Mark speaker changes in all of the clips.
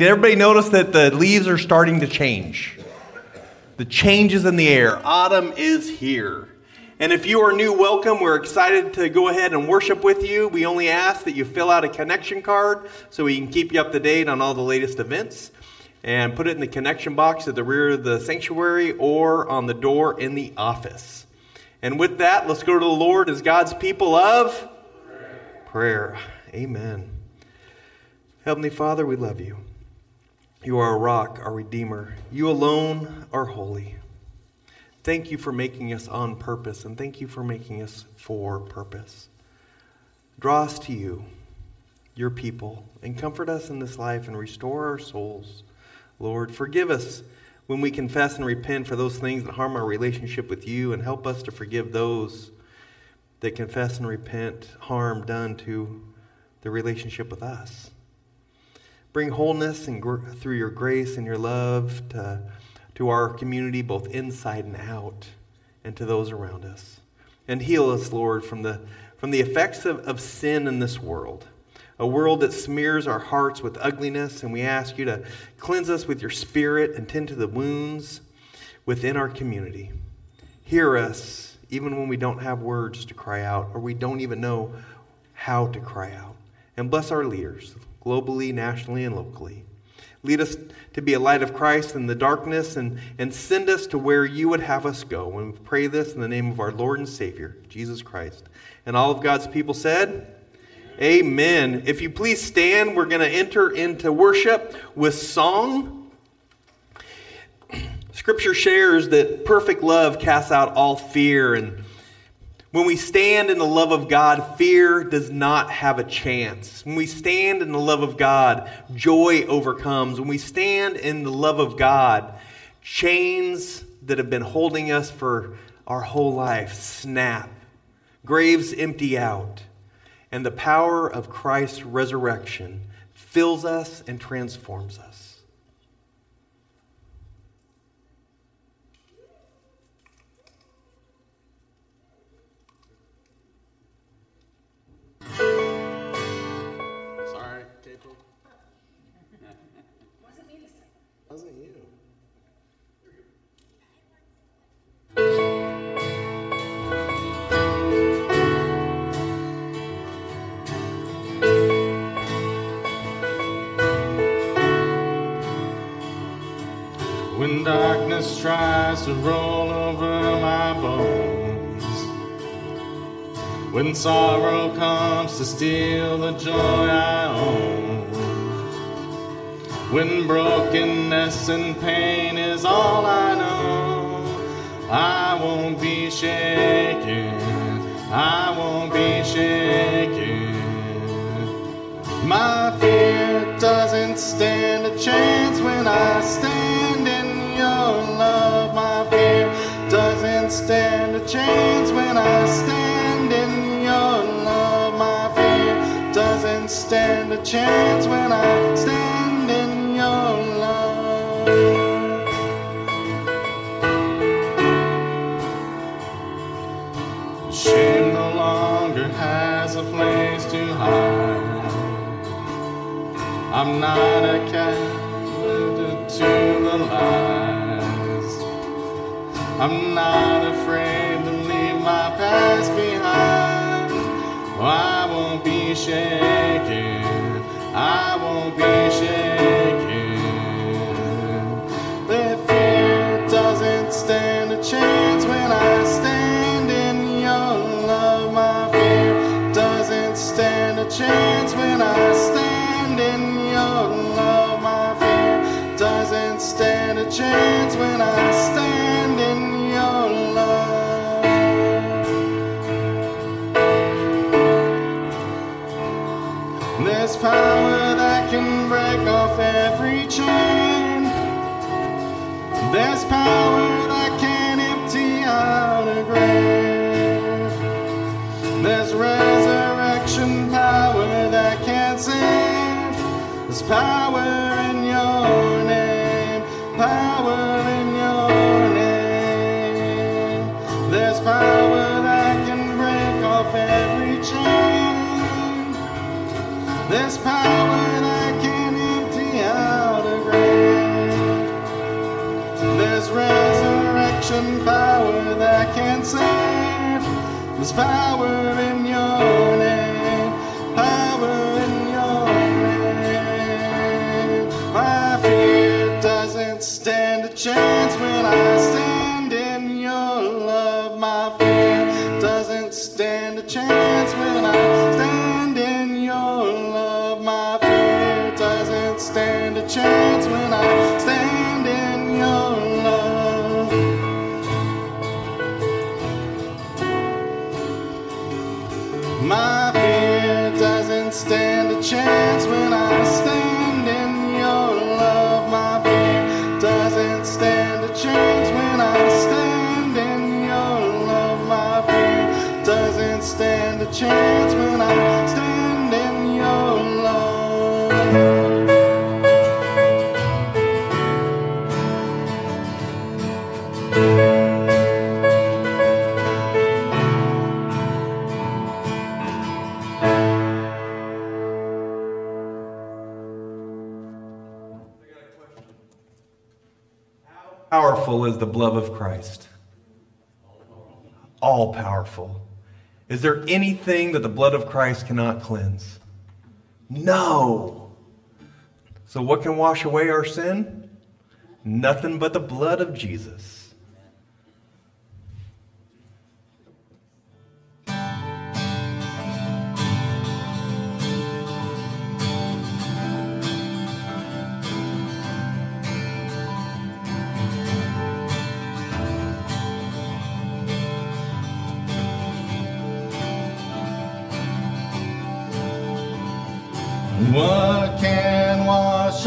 Speaker 1: Did everybody notice that the leaves are starting to change? The changes in the air. Autumn is here. And if you are new, welcome. We're excited to go ahead and worship with you. We only ask that you fill out a connection card so we can keep you up to date on all the latest events and put it in the connection box at the rear of the sanctuary or on the door in the office. And with that, let's go to the Lord as God's people of prayer. Amen. Heavenly Father, we love you. You are a rock, our Redeemer. You alone are holy. Thank you for making us on purpose, and thank you for making us for purpose. Draw us to you, your people, and comfort us in this life and restore our souls. Lord, forgive us when we confess and repent for those things that harm our relationship with you, and help us to forgive those that confess and repent harm done to the relationship with us. Bring wholeness and gr- through your grace and your love to, to our community, both inside and out, and to those around us. And heal us, Lord, from the, from the effects of, of sin in this world, a world that smears our hearts with ugliness. And we ask you to cleanse us with your spirit and tend to the wounds within our community. Hear us even when we don't have words to cry out or we don't even know how to cry out. And bless our leaders, globally, nationally, and locally. Lead us to be a light of Christ in the darkness and, and send us to where you would have us go. And we pray this in the name of our Lord and Savior, Jesus Christ. And all of God's people said, Amen. Amen. If you please stand, we're going to enter into worship with song. Scripture shares that perfect love casts out all fear. And when we stand in the love of God, fear does not have a chance. When we stand in the love of God, joy overcomes. When we stand in the love of God, chains that have been holding us for our whole life snap, graves empty out, and the power of Christ's resurrection fills us and transforms us.
Speaker 2: Sorry, Capel. Wasn't me this time. Wasn't you. When darkness tries to roll over my bones. When sorrow comes to steal the joy I own. When brokenness and pain is all I know, I won't be shaken. I won't be shaken. My fear doesn't stand a chance when I stand in your love. My fear doesn't stand a chance when I stand in your love. My fear doesn't stand a chance when I stand in your love. Shame no longer has a place to hide. I'm not a captive to the lies. I'm not afraid to leave my past behind. Oh, I won't be shaken. I won't be shaken. The fear doesn't stand a chance when I stand in your love. My fear doesn't stand a chance when I stand in your love. My fear doesn't stand a chance when I stand in your love. There's power that can break off every chain. There's power that can empty out a grave. There's resurrection power that can save. There's power in your name. Power in your name. There's power that can break off every chain. There's power that can empty out and power that can save. There's power in your name, power in your name. My fear doesn't stand a chance when I stand in your love. My fear doesn't stand a chance when I stand in your love. My fear doesn't stand a chance when I stand in your love. My fear doesn't stand a chance when I stand in your love. My fear doesn't stand a chance when I stand in your love. My fear doesn't stand a chance when I stand in your love.
Speaker 1: powerful is the blood of Christ? All powerful. Is there anything that the blood of Christ cannot cleanse? No. So, what can wash away our sin? Nothing but the blood of Jesus.
Speaker 2: What can wash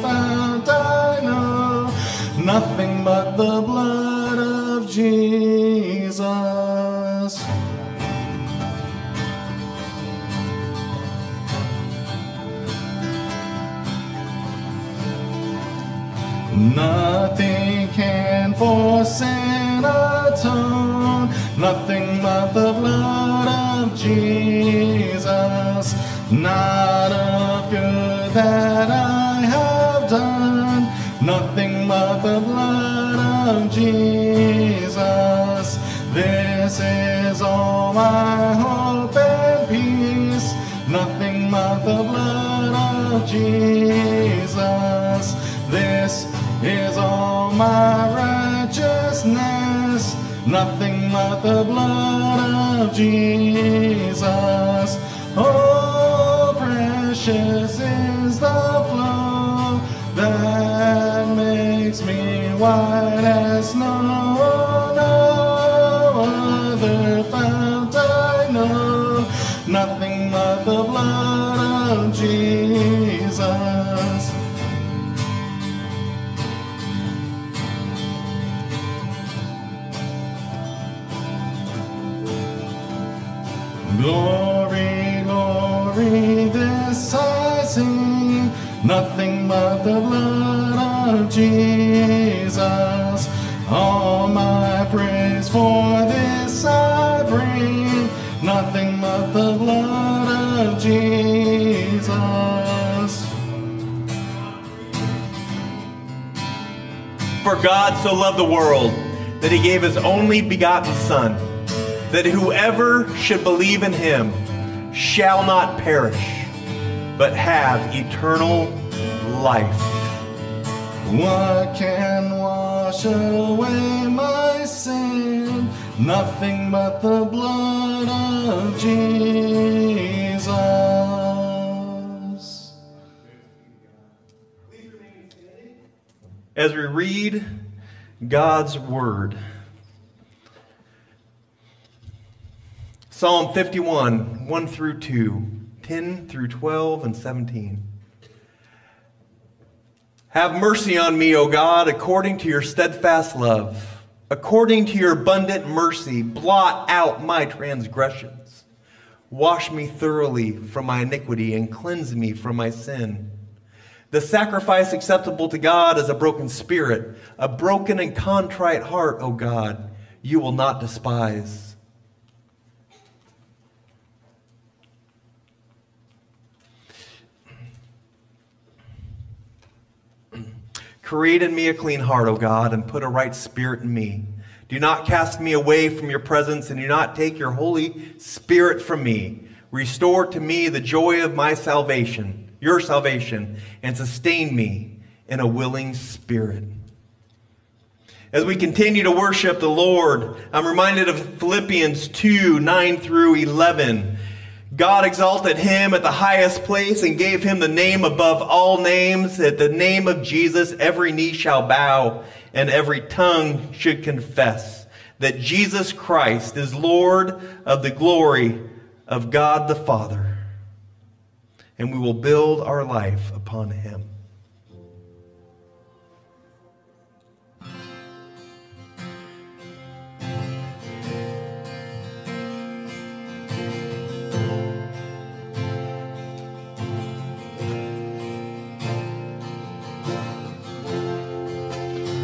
Speaker 2: fount I know, nothing but the blood of Jesus. Nothing can for sin atone, nothing but the blood of Jesus. Not of good that I have done, nothing but the blood of Jesus. This is all my hope and peace, nothing but the blood of Jesus. This is all my righteousness, nothing but the blood of Jesus. Oh, precious is the flow that makes me white as snow. No other fount I know, nothing but the blood of Jesus. Glory, glory, this I sing, nothing but the blood of Jesus. All my praise for this I bring, nothing but the blood of Jesus.
Speaker 1: For God so loved the world that he gave his only begotten Son, that whoever should believe in him shall not perish, but have eternal life.
Speaker 2: What can wash away my sin? Nothing but the blood of Jesus.
Speaker 1: as we read God's word. Psalm 51, 1 through 2, 10 through 12, and 17. Have mercy on me, O God, according to your steadfast love, According to your abundant mercy, blot out my transgressions. Wash me thoroughly from my iniquity and cleanse me from my sin. The sacrifice acceptable to God is a broken spirit, a broken and contrite heart, O God, you will not despise. Create in me a clean heart, O God, and put a right spirit in me. Do not cast me away from your presence, and do not take your Holy Spirit from me. Restore to me the joy of my salvation, your salvation, and sustain me in a willing spirit. As we continue to worship the Lord, I'm reminded of Philippians 2 9 through 11. God exalted him at the highest place and gave him the name above all names. At the name of Jesus, every knee shall bow and every tongue should confess that Jesus Christ is Lord of the glory of God the Father. And we will build our life upon him.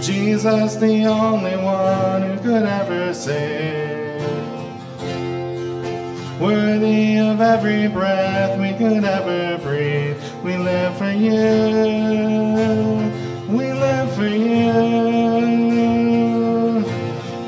Speaker 2: Jesus, the only one who could ever save. Worthy of every breath we could ever breathe. We live for you. We live for you.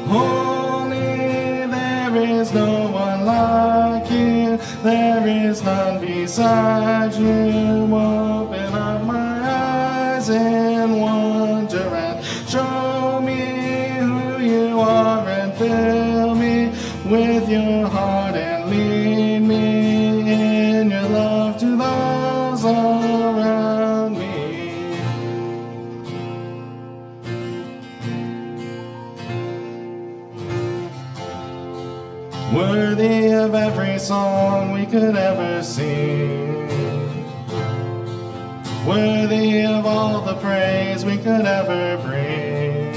Speaker 2: Holy, there is no one like you. There is none beside you. Open up my eyes in wonder and show me who you are and fill me with your heart and lead me in your love to those around me. Worthy of every song we could ever sing. Worthy of all the praise we could ever bring.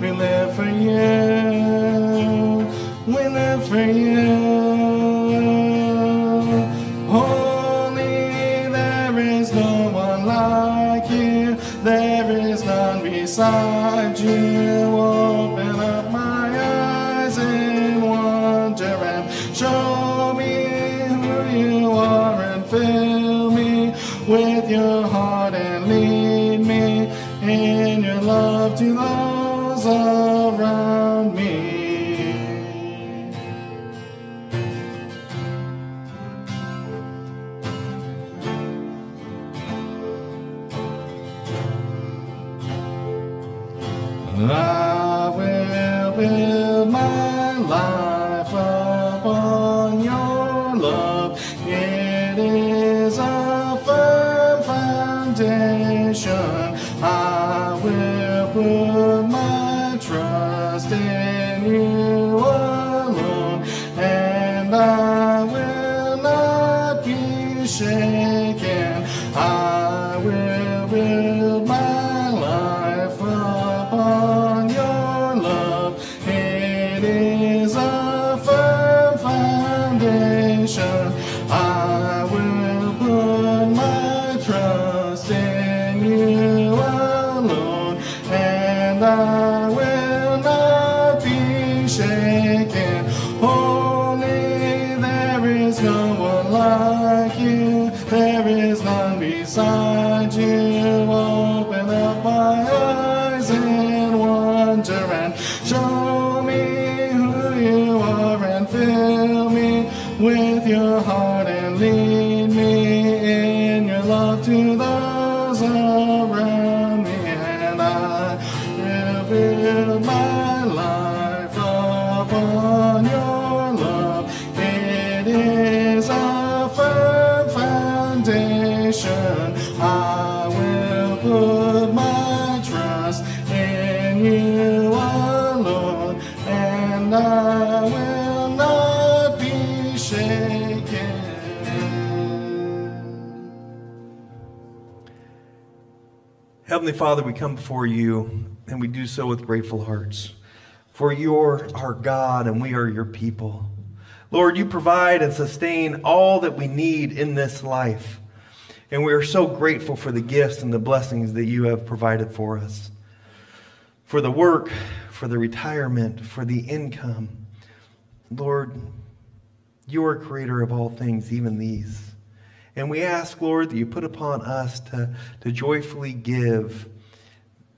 Speaker 2: We live for you. We live for you. Holy, there is no one like you. There is none beside you. Open up my eyes in wonder and show me who you are and fill me with your heart and lead me in your love to those around me. I will build my life upon your love. It is a firm foundation. I will put my trust in you alone, and I will not be shaken. I will build my life upon your love. It is a firm foundation. I will put my trust in you alone. And Oh, inside you. Open up my eyes in wonder and show me who you are and fill me with your heart and lead me in your love to those around me. And I will build my life upon your love. It is a firm foundation. I will put my trust in you alone, and I will not be shaken.
Speaker 1: Heavenly Father, we come before you and we do so with grateful hearts. For you are our God and we are your people. Lord, you provide and sustain all that we need in this life. And we are so grateful for the gifts and the blessings that you have provided for us. For the work, for the retirement, for the income. Lord, you are creator of all things, even these. And we ask, Lord, that you put upon us to, to joyfully give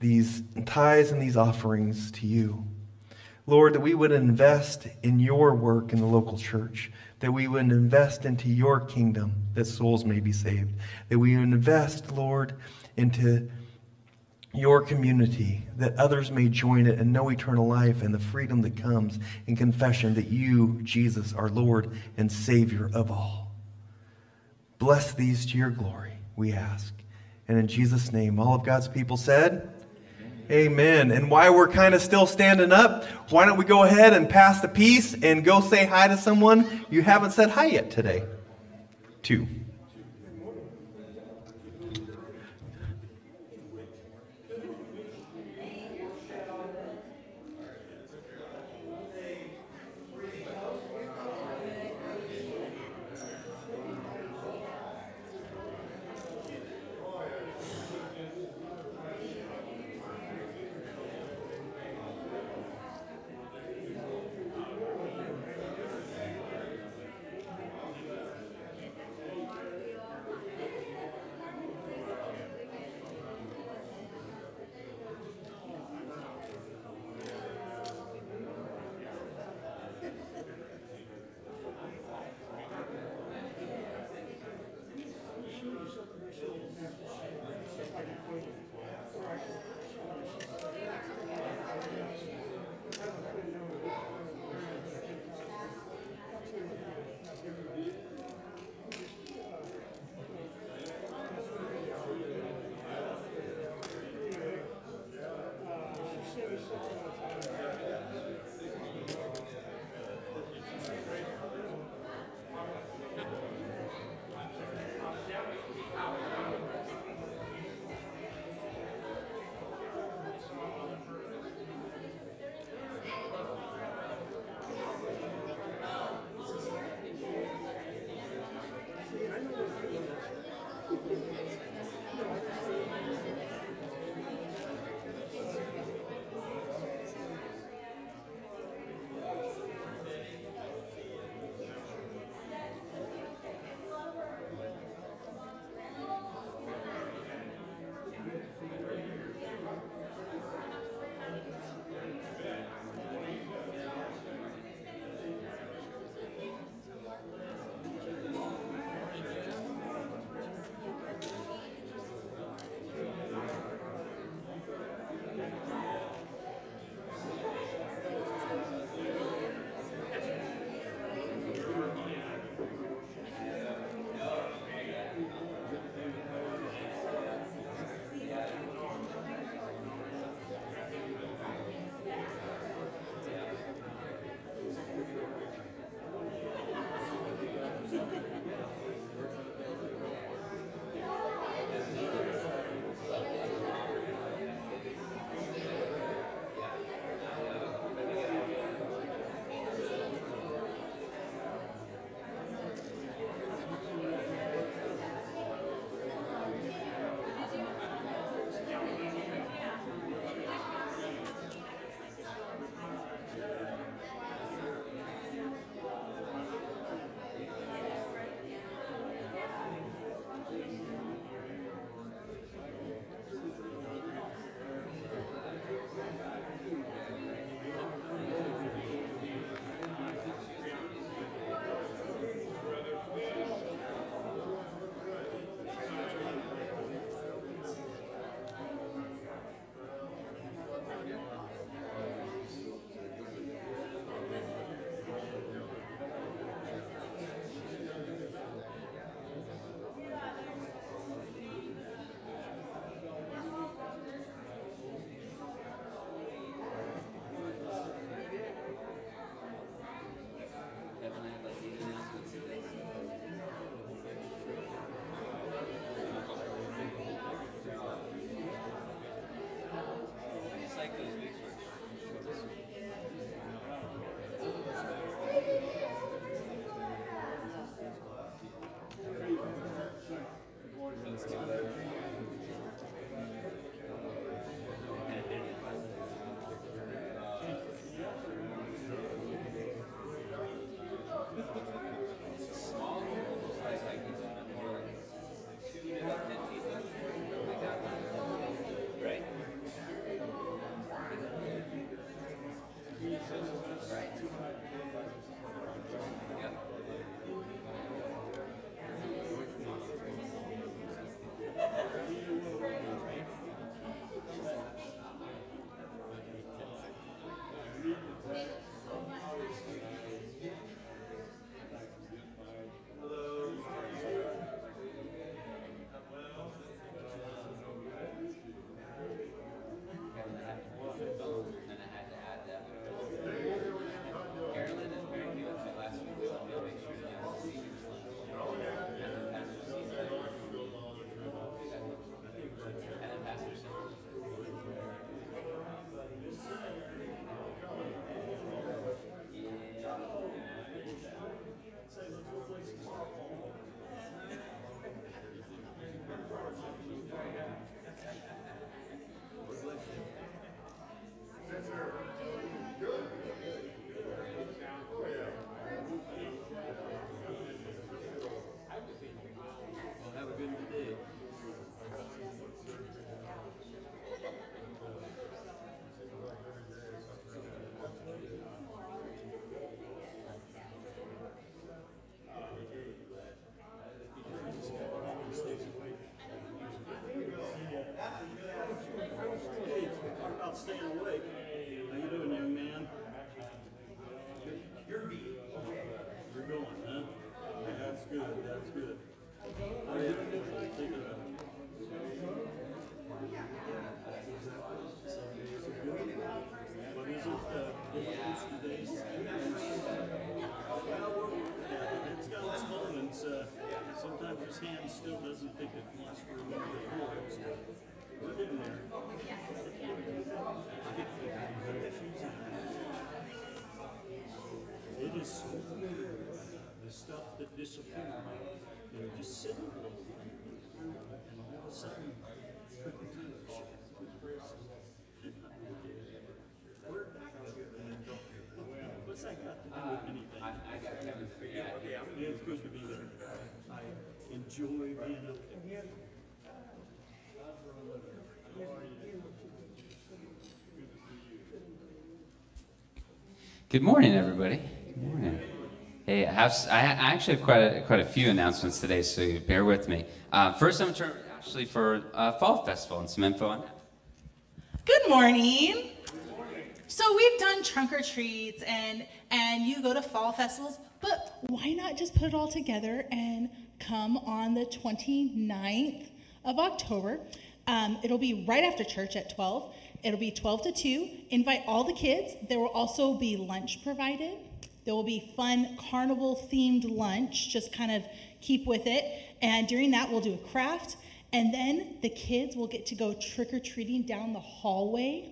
Speaker 1: these tithes and these offerings to you. Lord, that we would invest in your work in the local church, that we would invest into your kingdom, that souls may be saved, that we would invest, Lord, into your community, that others may join it and know eternal life and the freedom that comes in confession that you, Jesus, are Lord and Savior of all. Bless these to your glory, we ask. And in Jesus' name, all of God's people said, Amen. And while we're kind of still standing up, why don't we go ahead and pass the peace and go say hi to someone you haven't said hi yet today? Two.
Speaker 3: about staying awake. How you doing, young man? You're beat. You're going, huh? That's good. That's good. I am thinking about it. So, is it good? What is it? Uh, difference today's yeah, it's got its moments. Uh, sometimes his hand still doesn't think it wants to remember the words. but We're getting there. It is smooth, the stuff that disappears. You know, just sit a little and all of a sudden, we're back to it. What's that got to do with anything? I got Kevin's It's good to be there. I enjoy being up there.
Speaker 4: Good morning, everybody. Good morning. Hey, I, have, I I actually have quite a, quite a few announcements today, so bear with me. Uh, first, I'm turning actually for uh, Fall Festival and some info on that.
Speaker 5: Good morning. So we've done trunk or treats and and you go to fall festivals, but why not just put it all together and come on the 29th of October? Um, it'll be right after church at 12. It'll be 12 to 2. Invite all the kids. There will also be lunch provided. There will be fun carnival themed lunch, just kind of keep with it. And during that, we'll do a craft. And then the kids will get to go trick or treating down the hallway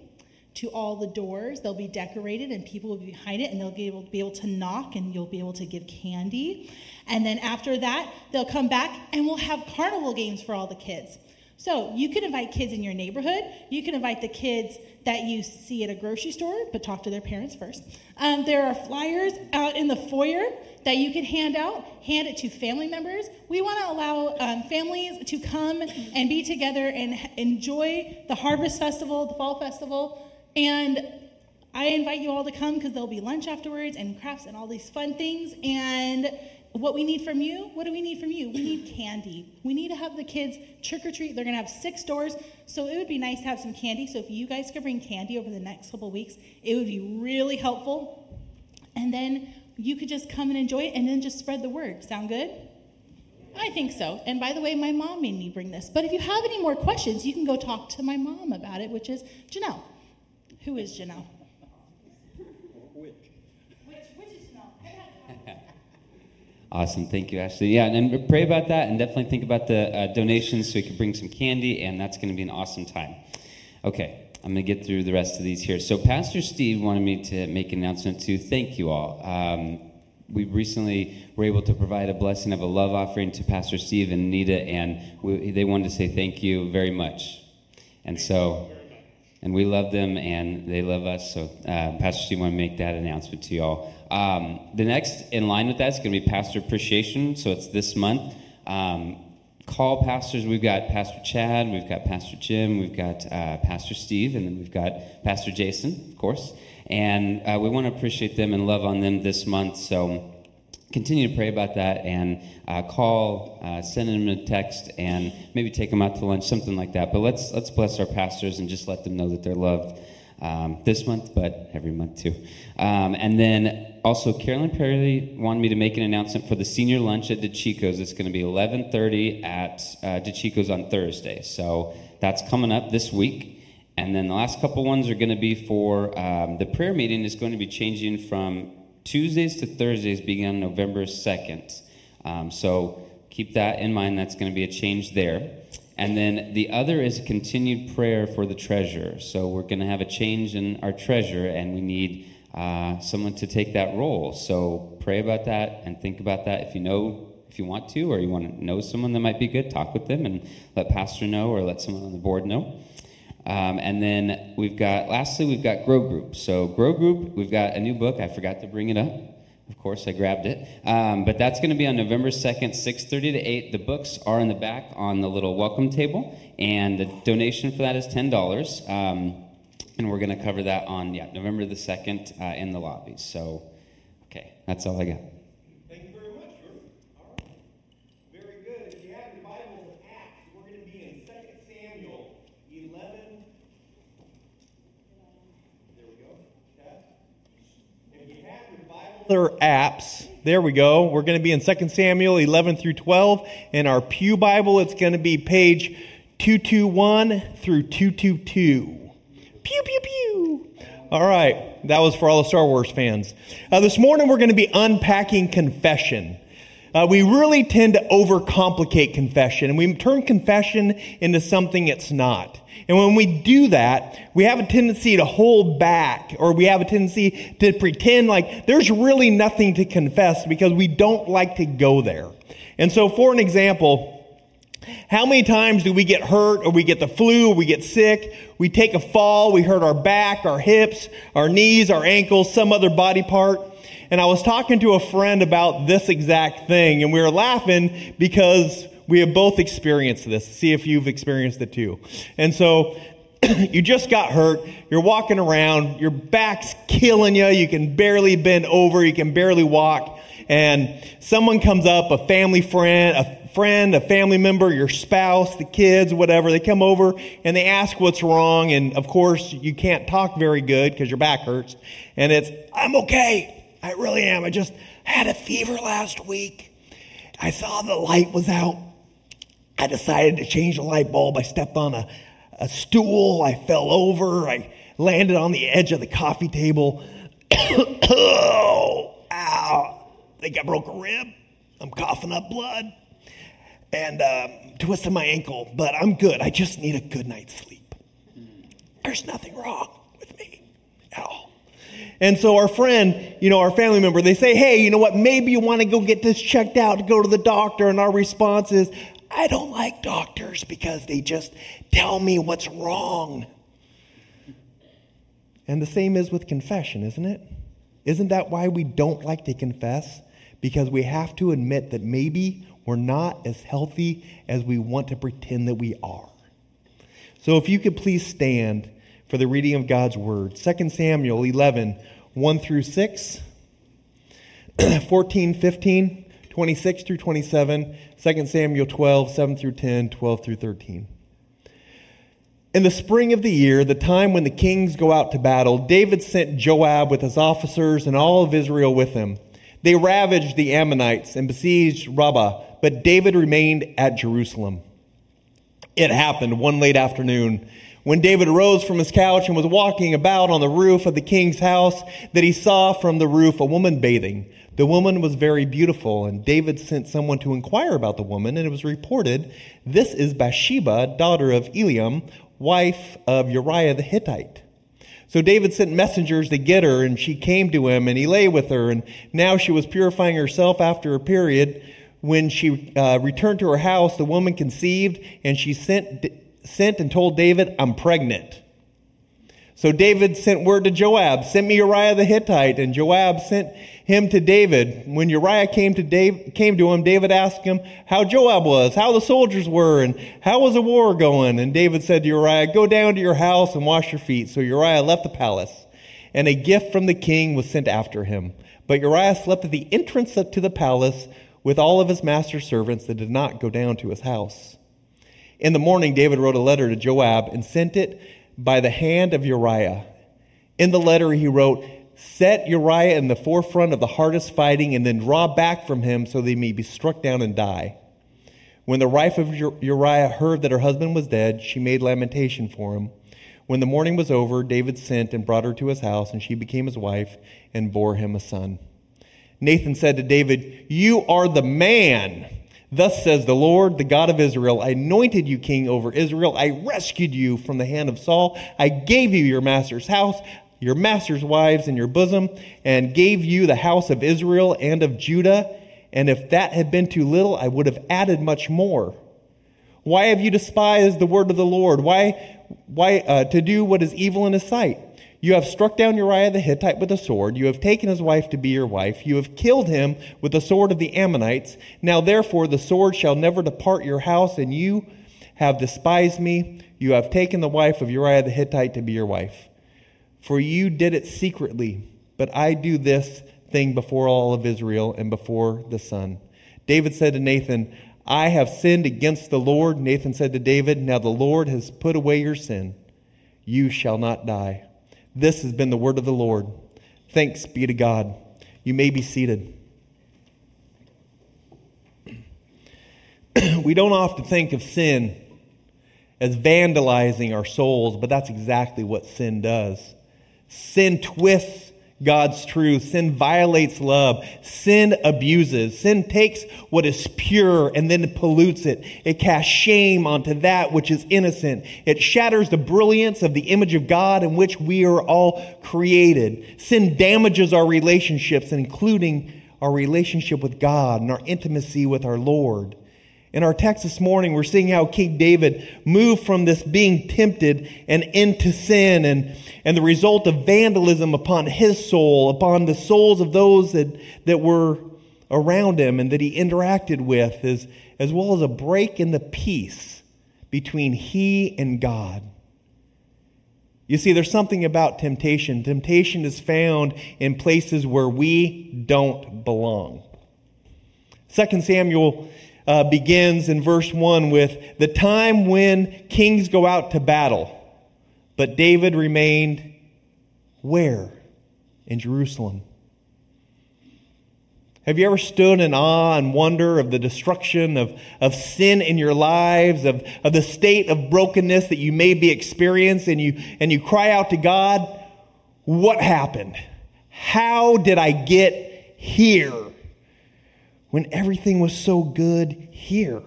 Speaker 5: to all the doors. They'll be decorated and people will be behind it and they'll be able, be able to knock and you'll be able to give candy. And then after that, they'll come back and we'll have carnival games for all the kids. So you can invite kids in your neighborhood. You can invite the kids that you see at a grocery store, but talk to their parents first. Um, there are flyers out in the foyer that you can hand out. Hand it to family members. We want to allow um, families to come and be together and h- enjoy the Harvest Festival, the Fall Festival, and I invite you all to come because there'll be lunch afterwards and crafts and all these fun things. And what we need from you, what do we need from you? We need candy. We need to have the kids trick or treat. They're going to have six doors, so it would be nice to have some candy. So if you guys could bring candy over the next couple weeks, it would be really helpful. And then you could just come and enjoy it and then just spread the word. Sound good? I think so. And by the way, my mom made me bring this. But if you have any more questions, you can go talk to my mom about it, which is Janelle. Who is Janelle? Which, which is Janelle?
Speaker 4: Awesome, thank you, Ashley. Yeah, and, and pray about that, and definitely think about the uh, donations so we can bring some candy, and that's going to be an awesome time. Okay, I'm going to get through the rest of these here. So, Pastor Steve wanted me to make an announcement to thank you all. Um, we recently were able to provide a blessing of a love offering to Pastor Steve and Nita, and we, they wanted to say thank you very much. And so, and we love them and they love us. So, uh, Pastor Steve, want to make that announcement to y'all. Um, the next in line with that is going to be Pastor Appreciation. So, it's this month. Um, call pastors. We've got Pastor Chad, we've got Pastor Jim, we've got uh, Pastor Steve, and then we've got Pastor Jason, of course. And uh, we want to appreciate them and love on them this month. So, continue to pray about that and uh, call, uh, send them a text, and maybe take them out to lunch, something like that. But let's let's bless our pastors and just let them know that they're loved um, this month, but every month too. Um, and then also Carolyn Perry wanted me to make an announcement for the senior lunch at DeChico's. It's going to be 11:30 at uh, DeChico's on Thursday, so that's coming up this week. And then the last couple ones are going to be for um, the prayer meeting is going to be changing from Tuesdays to Thursdays beginning on November 2nd. Um, so keep that in mind. That's going to be a change there. And then the other is continued prayer for the treasurer. So we're going to have a change in our treasurer, and we need uh, someone to take that role. So pray about that and think about that. If you know if you want to, or you want to know someone that might be good, talk with them and let Pastor know or let someone on the board know. Um, and then we've got, lastly, we've got Grow Group. So, Grow Group, we've got a new book. I forgot to bring it up. Of course, I grabbed it. Um, but that's going to be on November 2nd, 6.30 to 8. The books are in the back on the little welcome table, and the donation for that is $10. Um, and we're going to cover that on, yeah, November the 2nd uh, in the lobby. So, okay, that's all I got.
Speaker 6: Thank you very much, Jordan. All right. Very good. If you have your Bibles, Acts, we're going to be in 2 Samuel 11.
Speaker 7: particular apps. There we go. We're going to be in 2 Samuel 11 through 12. In our Pew Bible, it's going to be page 221 through 222. Pew, pew, pew. All right. That was for all the Star Wars fans. Uh, this morning, we're going to be unpacking confession. Uh, we really tend to overcomplicate confession, and we turn confession into something it's not. And when we do that, we have a tendency to hold back, or we have a tendency to pretend like there's really nothing to confess because we don't like to go there. And so, for an example, how many times do we get hurt or we get the flu or we get sick? We take a fall, we hurt our back, our hips, our knees, our ankles, some other body part. And I was talking to a friend about this exact thing, and we were laughing because we have both experienced this. See if you've experienced it too. And so you just got hurt, you're walking around, your back's killing you, you can barely bend over, you can barely walk, and someone comes up, a family friend, a friend, a family member, your spouse, the kids, whatever, they come over and they ask what's wrong, and of course, you can't talk very good because your back hurts, and it's, I'm okay, I really am, I just had a fever last week. I saw the light was out. I decided to change the light bulb. I stepped on a, a stool. I fell over. I landed on the edge of the coffee table. oh, ow. Think I broke a rib. I'm coughing up blood and um, twisted my ankle, but I'm good. I just need a good night's sleep. There's nothing wrong with me at all. And so our friend, you know, our family member, they say, hey, you know what? Maybe you want to go get this checked out to go to the doctor. And our response is, I don't like doctors because they just tell me what's wrong. And the same is with confession, isn't it? Isn't that why we don't like to confess? Because we have to admit that maybe we're not as healthy as we want to pretend that we are. So if you could please stand for the reading of God's word. 2 Samuel 11, 1 through 6, 14, 15, 26 through 27, 2 Samuel 12, 7 through 10, 12 through 13. In the spring of the year, the time when the kings go out to battle, David sent Joab with his officers and all of Israel with him. They ravaged the Ammonites and besieged Rabbah, but David remained at Jerusalem. It happened one late afternoon when David arose from his couch and was walking about on the roof of the king's house that he saw from the roof a woman bathing. The woman was very beautiful, and David sent someone to inquire about the woman, and it was reported, This is Bathsheba, daughter of Eliam, wife of Uriah the Hittite. So David sent messengers to get her, and she came to him, and he lay with her, and now she was purifying herself after a period. When she uh, returned to her house, the woman conceived, and she sent D- sent and told David, I'm pregnant. So David sent word to Joab, send me Uriah the Hittite, and Joab sent him to David. When Uriah came to Dave, came to him, David asked him how Joab was, how the soldiers were, and how was the war going. And David said to Uriah, Go down to your house and wash your feet. So Uriah left the palace, and a gift from the king was sent after him. But Uriah slept at the entrance to the palace with all of his master's servants that did not go down to his house. In the morning, David wrote a letter to Joab and sent it by the hand of Uriah. In the letter, he wrote, Set Uriah in the forefront of the hardest fighting and then draw back from him so that he may be struck down and die. When the wife of Uriah heard that her husband was dead, she made lamentation for him. When the morning was over, David sent and brought her to his house, and she became his wife and bore him a son. Nathan said to David, You are the man. Thus says the Lord, the God of Israel I anointed you king over Israel. I rescued you from the hand of Saul. I gave you your master's house, your master's wives in your bosom, and gave you the house of Israel and of Judah. And if that had been too little, I would have added much more. Why have you despised the word of the Lord? Why, why uh, to do what is evil in his sight? You have struck down Uriah the Hittite with a sword. You have taken his wife to be your wife. You have killed him with the sword of the Ammonites. Now, therefore, the sword shall never depart your house, and you have despised me. You have taken the wife of Uriah the Hittite to be your wife. For you did it secretly, but I do this thing before all of Israel and before the sun. David said to Nathan, I have sinned against the Lord. Nathan said to David, Now the Lord has put away your sin. You shall not die. This has been the word of the Lord. Thanks be to God. You may be seated. we don't often think of sin as vandalizing our souls, but that's exactly what sin does. Sin twists God's truth, sin violates love, sin abuses, sin takes what is pure and then pollutes it. It casts shame onto that which is innocent. It shatters the brilliance of the image of God in which we are all created. Sin damages our relationships, including our relationship with God and our intimacy with our Lord. In our text this morning, we're seeing how King David moved from this being tempted and into sin and, and the result of vandalism upon his soul, upon the souls of those that, that were around him and that he interacted with, as, as well as a break in the peace between he and God. You see, there's something about temptation. Temptation is found in places where we don't belong. 2 Samuel uh, begins in verse 1 with the time when kings go out to battle, but David remained where? In Jerusalem. Have you ever stood in awe and wonder of the destruction of, of sin in your lives, of, of the state of brokenness that you may be experiencing, and you, and you cry out to God, What happened? How did I get here? when everything was so good here?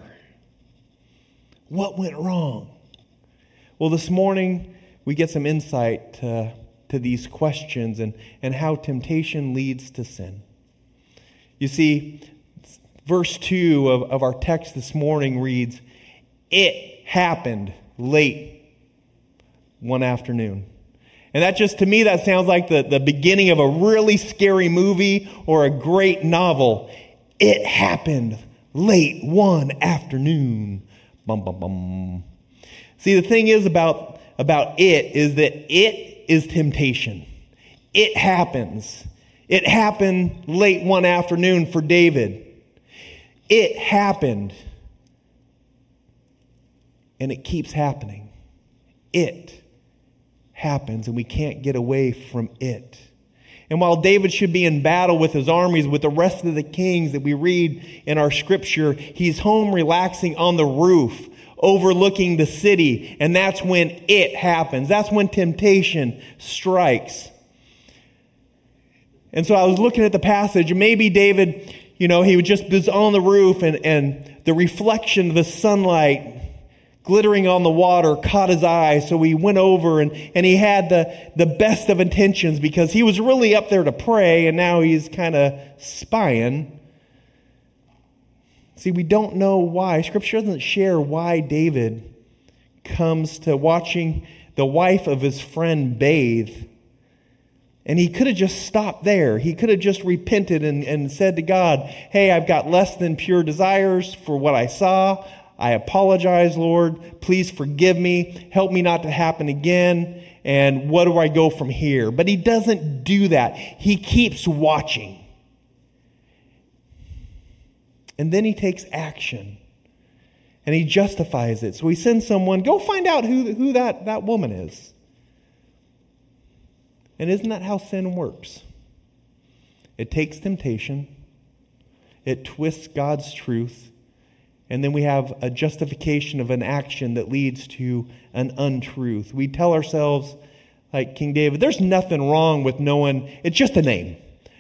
Speaker 7: What went wrong? Well, this morning we get some insight uh, to these questions and, and how temptation leads to sin. You see, verse 2 of, of our text this morning reads, It happened late one afternoon. And that just, to me, that sounds like the, the beginning of a really scary movie or a great novel. It happened late one afternoon. Bum, bum, bum. See, the thing is about, about it is that it is temptation. It happens. It happened late one afternoon for David. It happened. And it keeps happening. It happens, and we can't get away from it. And while David should be in battle with his armies, with the rest of the kings that we read in our scripture, he's home relaxing on the roof, overlooking the city. And that's when it happens. That's when temptation strikes. And so I was looking at the passage, and maybe David, you know, he was just was on the roof, and, and the reflection of the sunlight glittering on the water caught his eye, so he went over and, and he had the, the best of intentions because he was really up there to pray and now he's kind of spying. See, we don't know why. Scripture doesn't share why David comes to watching the wife of his friend bathe. And he could have just stopped there. He could have just repented and, and said to God, Hey, I've got less than pure desires for what I saw. I apologize, Lord. Please forgive me. Help me not to happen again. And what do I go from here? But he doesn't do that. He keeps watching. And then he takes action and he justifies it. So he sends someone, go find out who, who that, that woman is. And isn't that how sin works? It takes temptation, it twists God's truth. And then we have a justification of an action that leads to an untruth. We tell ourselves, like King David, there's nothing wrong with knowing, it's just a name.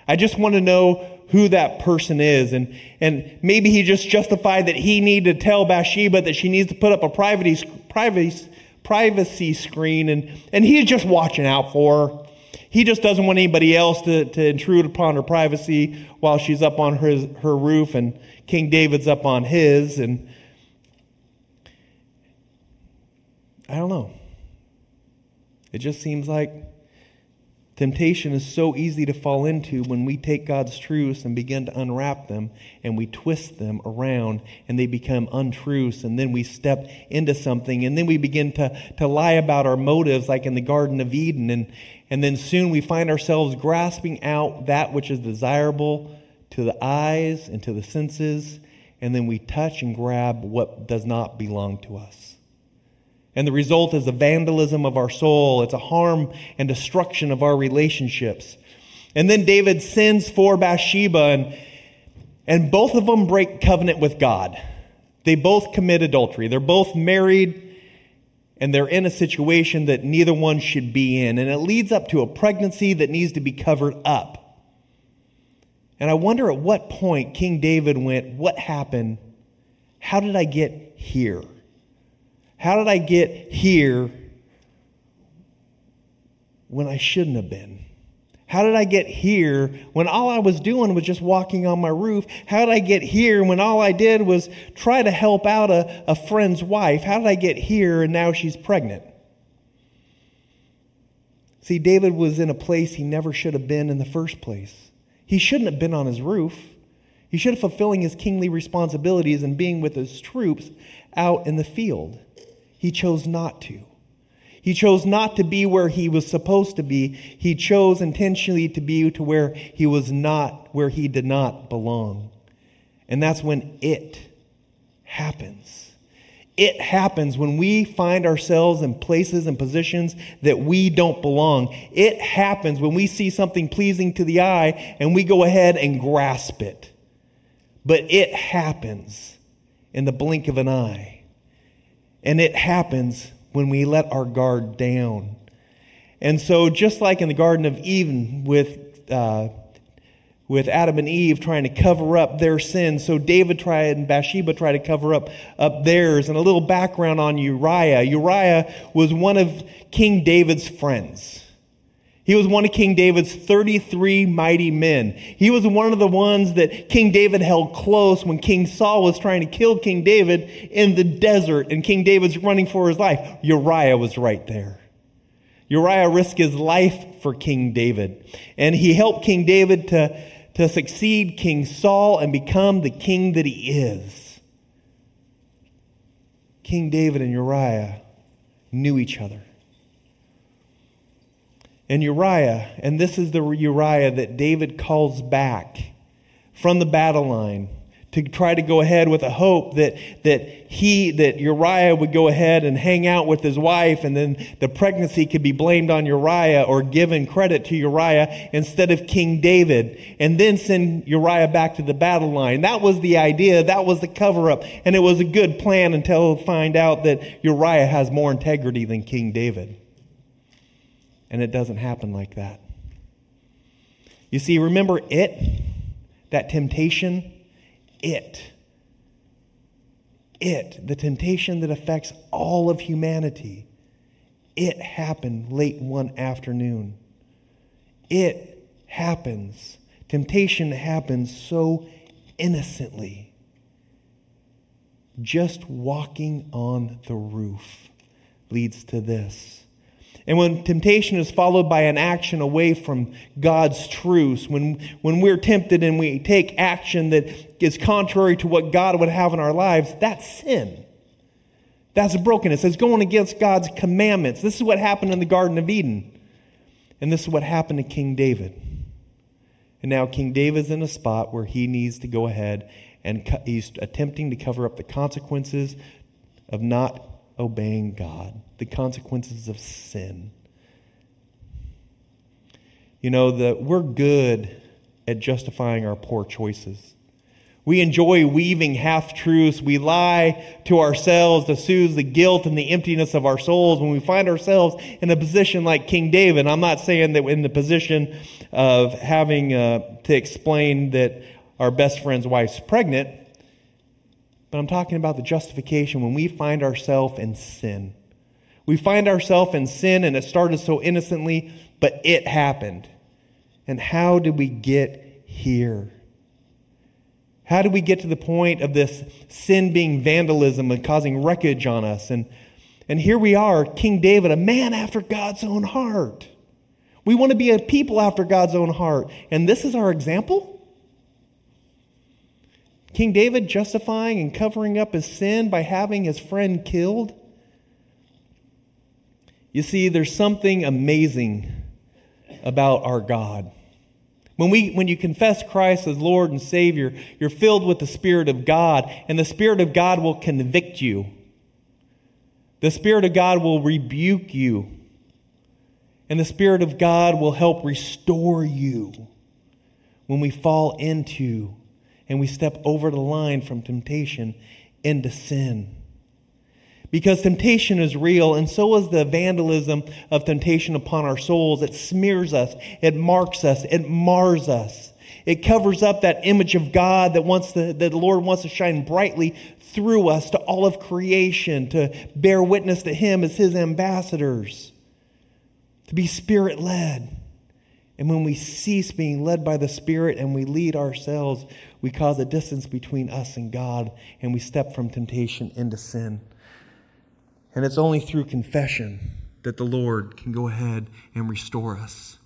Speaker 7: I just want to know who that person is. And, and maybe he just justified that he needed to tell Bathsheba that she needs to put up a privacy, privacy, privacy screen, and, and he's just watching out for her. He just doesn't want anybody else to, to intrude upon her privacy while she's up on her, her roof and King David's up on his. And I don't know. It just seems like temptation is so easy to fall into when we take God's truths and begin to unwrap them and we twist them around and they become untruths. And then we step into something and then we begin to, to lie about our motives, like in the Garden of Eden. And, and then soon we find ourselves grasping out that which is desirable to the eyes and to the senses, and then we touch and grab what does not belong to us. And the result is a vandalism of our soul, it's a harm and destruction of our relationships. And then David sends for Bathsheba, and, and both of them break covenant with God. They both commit adultery. They're both married, and they're in a situation that neither one should be in. And it leads up to a pregnancy that needs to be covered up. And I wonder at what point King David went, What happened? How did I get here? How did I get here when I shouldn't have been? How did I get here when all I was doing was just walking on my roof? How did I get here when all I did was try to help out a, a friend's wife? How did I get here and now she's pregnant? See, David was in a place he never should have been in the first place. He shouldn't have been on his roof. He should have fulfilling his kingly responsibilities and being with his troops out in the field. He chose not to. He chose not to be where he was supposed to be. He chose intentionally to be to where he was not, where he did not belong. And that's when it happens. It happens when we find ourselves in places and positions that we don't belong. It happens when we see something pleasing to the eye and we go ahead and grasp it. But it happens in the blink of an eye. And it happens when we let our guard down. And so, just like in the Garden of Eden with, uh, with Adam and Eve trying to cover up their sin, so David tried and Bathsheba tried to cover up, up theirs. And a little background on Uriah Uriah was one of King David's friends. He was one of King David's 33 mighty men. He was one of the ones that King David held close when King Saul was trying to kill King David in the desert and King David's running for his life. Uriah was right there. Uriah risked his life for King David. And he helped King David to, to succeed King Saul and become the king that he is. King David and Uriah knew each other. And Uriah, and this is the Uriah that David calls back from the battle line to try to go ahead with a hope that, that he, that Uriah would go ahead and hang out with his wife and then the pregnancy could be blamed on Uriah or given credit to Uriah instead of King David and then send Uriah back to the battle line. That was the idea. That was the cover up. And it was a good plan until find out that Uriah has more integrity than King David. And it doesn't happen like that. You see, remember it? That temptation? It. It. The temptation that affects all of humanity. It happened late one afternoon. It happens. Temptation happens so innocently. Just walking on the roof leads to this. And when temptation is followed by an action away from God's truths, when, when we're tempted and we take action that is contrary to what God would have in our lives, that's sin. That's brokenness. That's going against God's commandments. This is what happened in the Garden of Eden. And this is what happened to King David. And now King David's in a spot where he needs to go ahead and co- he's attempting to cover up the consequences of not obeying God, the consequences of sin. You know, that we're good at justifying our poor choices. We enjoy weaving half truths. We lie to ourselves to soothe the guilt and the emptiness of our souls when we find ourselves in a position like King David. I'm not saying that we're in the position of having uh, to explain that our best friend's wife's pregnant. But I'm talking about the justification when we find ourselves in sin. We find ourselves in sin and it started so innocently, but it happened. And how did we get here? How did we get to the point of this sin being vandalism and causing wreckage on us? And, and here we are, King David, a man after God's own heart. We want to be a people after God's own heart. And this is our example? King David justifying and covering up his sin by having his friend killed? You see, there's something amazing about our God. When, we, when you confess Christ as Lord and Savior, you're filled with the Spirit of God, and the Spirit of God will convict you. The Spirit of God will rebuke you. And the Spirit of God will help restore you when we fall into and we step over the line from temptation into sin. Because temptation is real, and so is the vandalism of temptation upon our souls. It smears us, it marks us, it mars us. It covers up that image of God that wants the, that the Lord wants to shine brightly through us to all of creation, to bear witness to Him as His ambassadors, to be spirit led. And when we cease being led by the Spirit and we lead ourselves, we cause a distance between us and God, and we step from temptation into sin. And it's only through confession that the Lord can go ahead and restore us.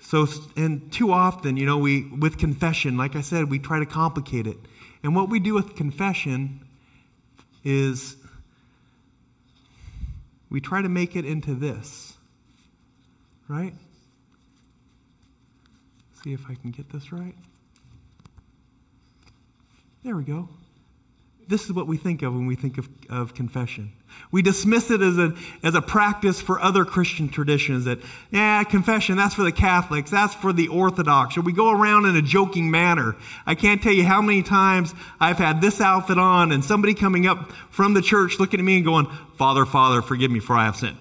Speaker 7: So, and too often, you know, we, with confession, like I said, we try to complicate it. And what we do with confession is we try to make it into this, right? See if I can get this right. There we go this is what we think of when we think of, of confession. We dismiss it as a, as a practice for other Christian traditions that, yeah, confession, that's for the Catholics, that's for the Orthodox. Or we go around in a joking manner. I can't tell you how many times I've had this outfit on and somebody coming up from the church looking at me and going, Father, Father, forgive me for I have sinned.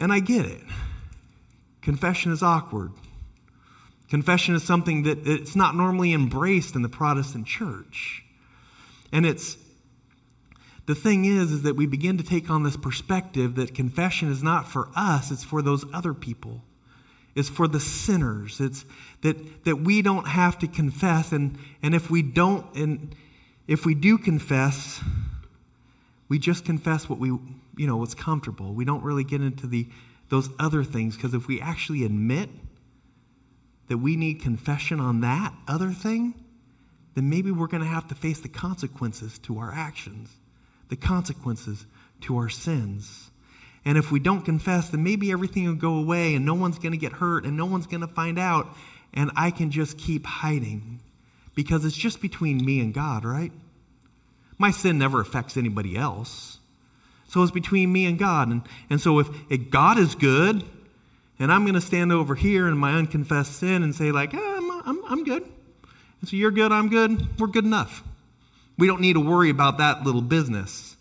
Speaker 7: And I get it. Confession is awkward. Confession is something that it's not normally embraced in the Protestant church. And it's the thing is is that we begin to take on this perspective that confession is not for us, it's for those other people. It's for the sinners. It's that that we don't have to confess and and if we don't and if we do confess, we just confess what we you know, what's comfortable. We don't really get into the those other things because if we actually admit that we need confession on that other thing, then maybe we're going to have to face the consequences to our actions, the consequences to our sins. And if we don't confess, then maybe everything will go away and no one's going to get hurt and no one's going to find out. And I can just keep hiding because it's just between me and God, right? My sin never affects anybody else. So it's between me and God. And, and so if, if God is good, and I'm going to stand over here in my unconfessed sin and say, like, eh, I'm, I'm, I'm good. And so you're good, I'm good, we're good enough. We don't need to worry about that little business.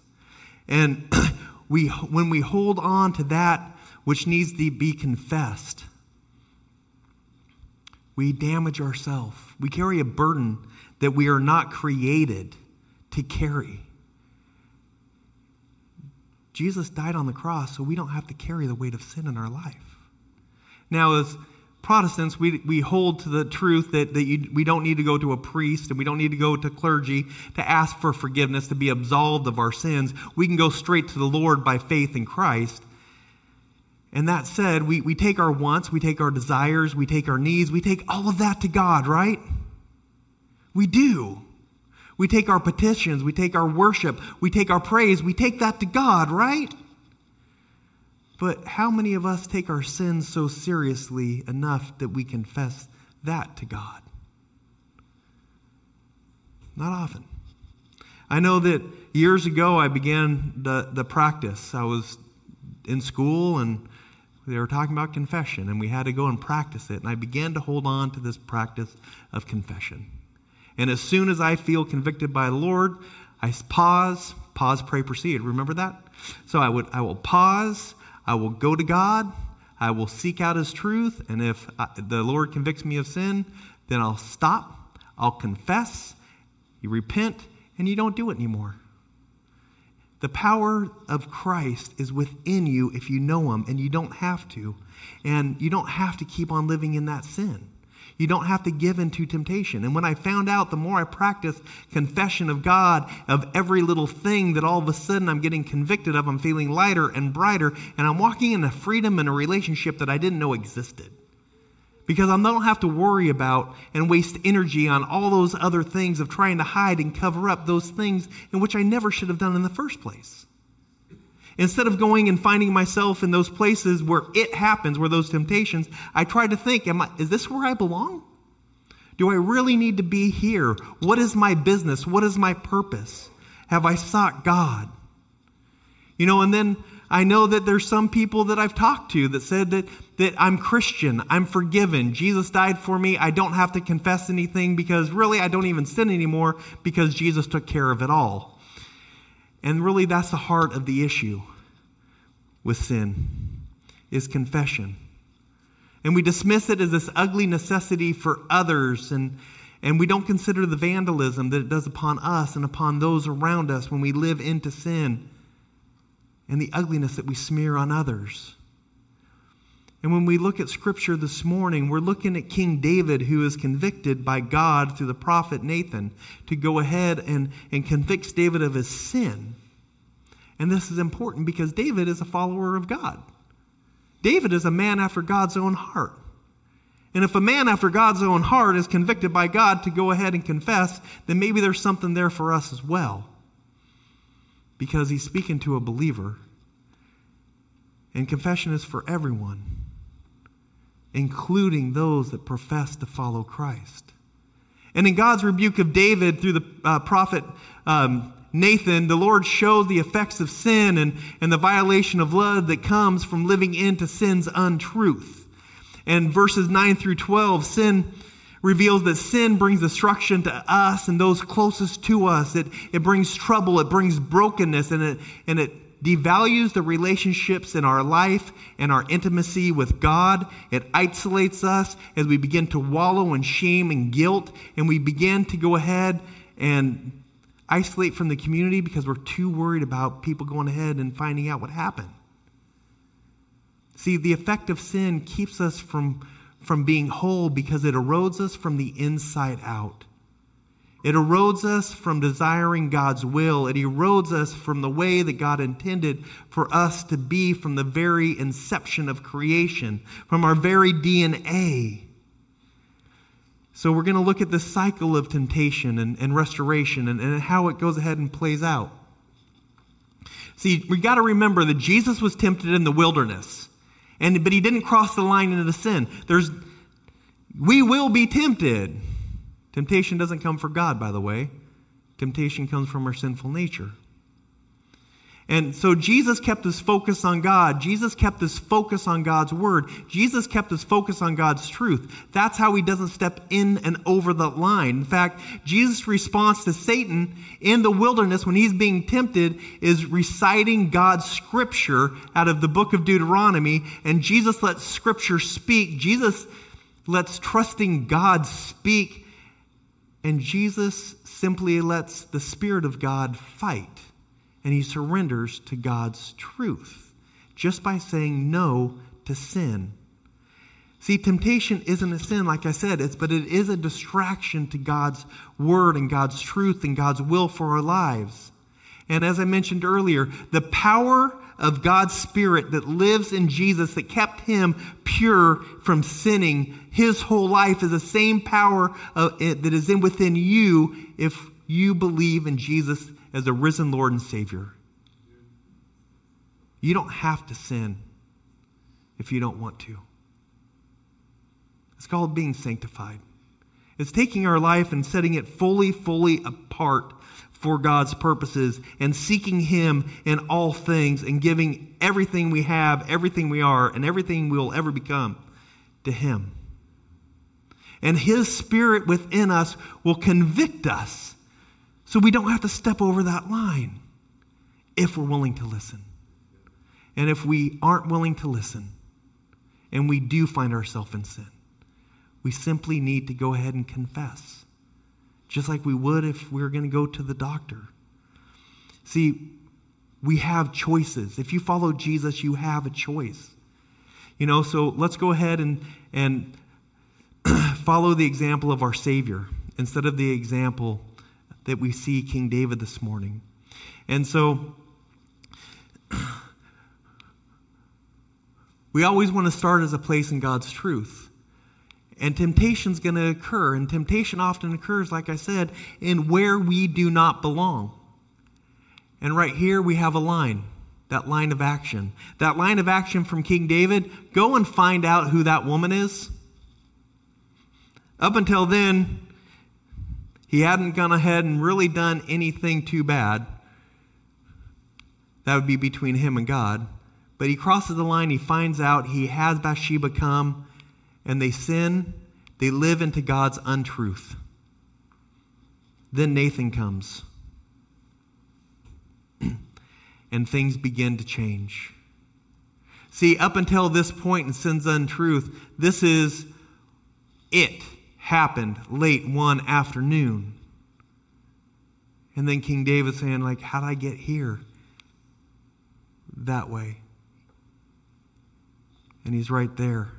Speaker 7: And we, when we hold on to that which needs to be confessed, we damage ourselves. We carry a burden that we are not created to carry. Jesus died on the cross, so we don't have to carry the weight of sin in our life. Now, as Protestants, we, we hold to the truth that, that you, we don't need to go to a priest and we don't need to go to clergy to ask for forgiveness, to be absolved of our sins. We can go straight to the Lord by faith in Christ. And that said, we, we take our wants, we take our desires, we take our needs, we take all of that to God, right? We do. We take our petitions, we take our worship, we take our praise, we take that to God, right? But how many of us take our sins so seriously enough that we confess that to God? Not often. I know that years ago I began the, the practice. I was in school and they were talking about confession, and we had to go and practice it. And I began to hold on to this practice of confession. And as soon as I feel convicted by the Lord, I pause, pause, pray, proceed. Remember that? So I would I will pause. I will go to God. I will seek out His truth. And if I, the Lord convicts me of sin, then I'll stop. I'll confess. You repent, and you don't do it anymore. The power of Christ is within you if you know Him, and you don't have to. And you don't have to keep on living in that sin. You don't have to give in to temptation. And when I found out, the more I practiced confession of God, of every little thing that all of a sudden I'm getting convicted of, I'm feeling lighter and brighter, and I'm walking in a freedom and a relationship that I didn't know existed. Because I don't have to worry about and waste energy on all those other things of trying to hide and cover up those things in which I never should have done in the first place. Instead of going and finding myself in those places where it happens, where those temptations, I try to think, am I, is this where I belong? Do I really need to be here? What is my business? What is my purpose? Have I sought God? You know, and then I know that there's some people that I've talked to that said that, that I'm Christian, I'm forgiven, Jesus died for me, I don't have to confess anything because really I don't even sin anymore because Jesus took care of it all. And really, that's the heart of the issue with sin is confession. And we dismiss it as this ugly necessity for others, and, and we don't consider the vandalism that it does upon us and upon those around us when we live into sin and the ugliness that we smear on others. And when we look at Scripture this morning, we're looking at King David, who is convicted by God through the prophet Nathan to go ahead and, and convicts David of his sin. And this is important because David is a follower of God. David is a man after God's own heart. And if a man after God's own heart is convicted by God to go ahead and confess, then maybe there's something there for us as well because he's speaking to a believer. And confession is for everyone, including those that profess to follow Christ. And in God's rebuke of David through the uh, prophet um, Nathan, the Lord shows the effects of sin and, and the violation of love that comes from living into sin's untruth. And verses 9 through 12, sin reveals that sin brings destruction to us and those closest to us. It, it brings trouble, it brings brokenness, and it, and it devalues the relationships in our life and our intimacy with God. It isolates us as we begin to wallow in shame and guilt, and we begin to go ahead and isolate from the community because we're too worried about people going ahead and finding out what happened. See, the effect of sin keeps us from from being whole because it erodes us from the inside out. It erodes us from desiring God's will. It erodes us from the way that God intended for us to be from the very inception of creation, from our very DNA. So, we're going to look at this cycle of temptation and, and restoration and, and how it goes ahead and plays out. See, we got to remember that Jesus was tempted in the wilderness. And, but he didn't cross the line into the sin. There's, we will be tempted. Temptation doesn't come from God, by the way. Temptation comes from our sinful nature. And so Jesus kept his focus on God. Jesus kept his focus on God's word. Jesus kept his focus on God's truth. That's how he doesn't step in and over the line. In fact, Jesus' response to Satan in the wilderness when he's being tempted is reciting God's scripture out of the book of Deuteronomy. And Jesus lets scripture speak. Jesus lets trusting God speak. And Jesus simply lets the Spirit of God fight and he surrenders to God's truth just by saying no to sin. See, temptation isn't a sin, like I said, it's, but it is a distraction to God's word and God's truth and God's will for our lives. And as I mentioned earlier, the power of God's Spirit that lives in Jesus, that kept him pure from sinning his whole life, is the same power uh, that is in within you if you believe in Jesus as the risen Lord and Savior. You don't have to sin if you don't want to. It's called being sanctified. It's taking our life and setting it fully, fully apart for God's purposes and seeking Him in all things and giving everything we have, everything we are, and everything we will ever become to Him. And His Spirit within us will convict us so we don't have to step over that line if we're willing to listen. And if we aren't willing to listen and we do find ourselves in sin, we simply need to go ahead and confess, just like we would if we were going to go to the doctor. See, we have choices. If you follow Jesus, you have a choice. You know, so let's go ahead and, and follow the example of our Savior instead of the example that we see King David this morning. And so we always want to start as a place in God's truth. And temptation's going to occur. And temptation often occurs, like I said, in where we do not belong. And right here we have a line, that line of action. That line of action from King David go and find out who that woman is. Up until then, he hadn't gone ahead and really done anything too bad. That would be between him and God. But he crosses the line, he finds out, he has Bathsheba come, and they sin, they live into God's untruth. Then Nathan comes, and things begin to change. See, up until this point in sin's untruth, this is it happened late one afternoon. And then King David saying, like, how did I get here? That way. And he's right there.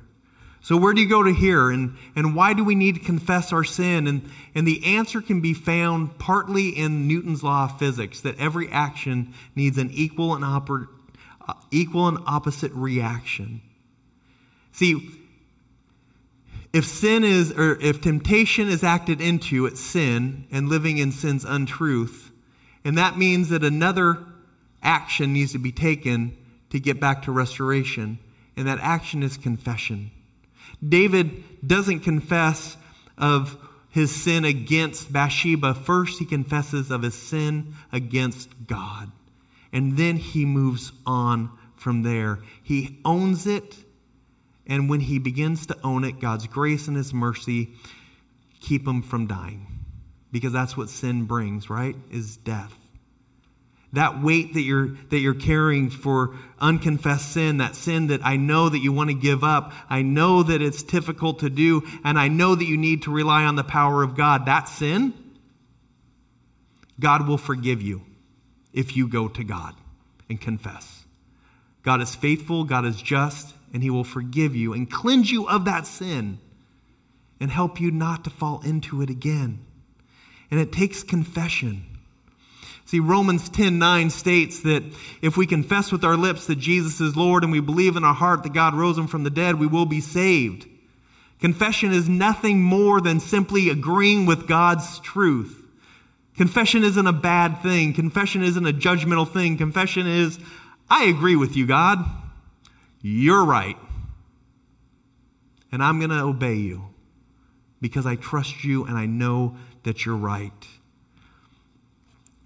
Speaker 7: So where do you go to here? And, and why do we need to confess our sin? And, and the answer can be found partly in Newton's law of physics, that every action needs an equal and, oppor- uh, equal and opposite reaction. See, if sin is or if temptation is acted into it's sin and living in sin's untruth and that means that another action needs to be taken to get back to restoration and that action is confession david doesn't confess of his sin against bathsheba first he confesses of his sin against god and then he moves on from there he owns it and when he begins to own it, God's grace and his mercy keep him from dying. Because that's what sin brings, right? Is death. That weight that you're that you're carrying for unconfessed sin, that sin that I know that you want to give up, I know that it's difficult to do, and I know that you need to rely on the power of God, that sin, God will forgive you if you go to God and confess. God is faithful, God is just, and he will forgive you and cleanse you of that sin and help you not to fall into it again. And it takes confession. See, Romans 10 9 states that if we confess with our lips that Jesus is Lord and we believe in our heart that God rose him from the dead, we will be saved. Confession is nothing more than simply agreeing with God's truth. Confession isn't a bad thing. Confession isn't a judgmental thing. Confession is, I agree with you, God. You're right. And I'm going to obey you because I trust you and I know that you're right.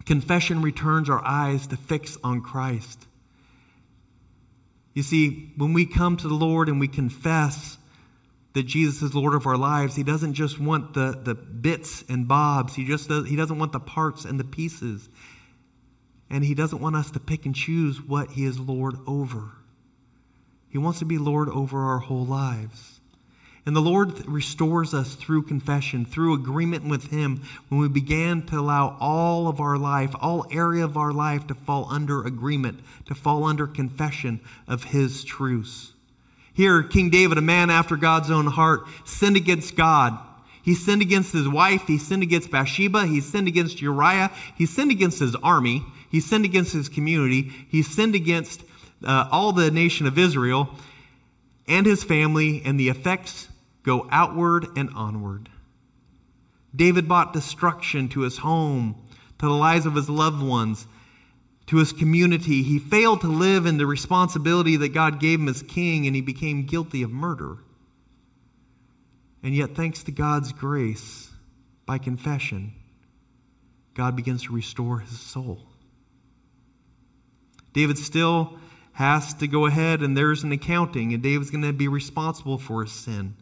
Speaker 7: Confession returns our eyes to fix on Christ. You see, when we come to the Lord and we confess that Jesus is Lord of our lives, He doesn't just want the, the bits and bobs, He, just does, he doesn't want the parts and the pieces. And He doesn't want us to pick and choose what He is Lord over. He wants to be Lord over our whole lives. And the Lord restores us through confession, through agreement with Him, when we began to allow all of our life, all area of our life, to fall under agreement, to fall under confession of His truths. Here, King David, a man after God's own heart, sinned against God. He sinned against his wife. He sinned against Bathsheba. He sinned against Uriah. He sinned against his army. He sinned against his community. He sinned against uh, all the nation of Israel and his family, and the effects go outward and onward. David brought destruction to his home, to the lives of his loved ones, to his community. He failed to live in the responsibility that God gave him as king, and he became guilty of murder. And yet, thanks to God's grace, by confession, God begins to restore his soul. David still has to go ahead and there's an accounting, and David's going to be responsible for his sin.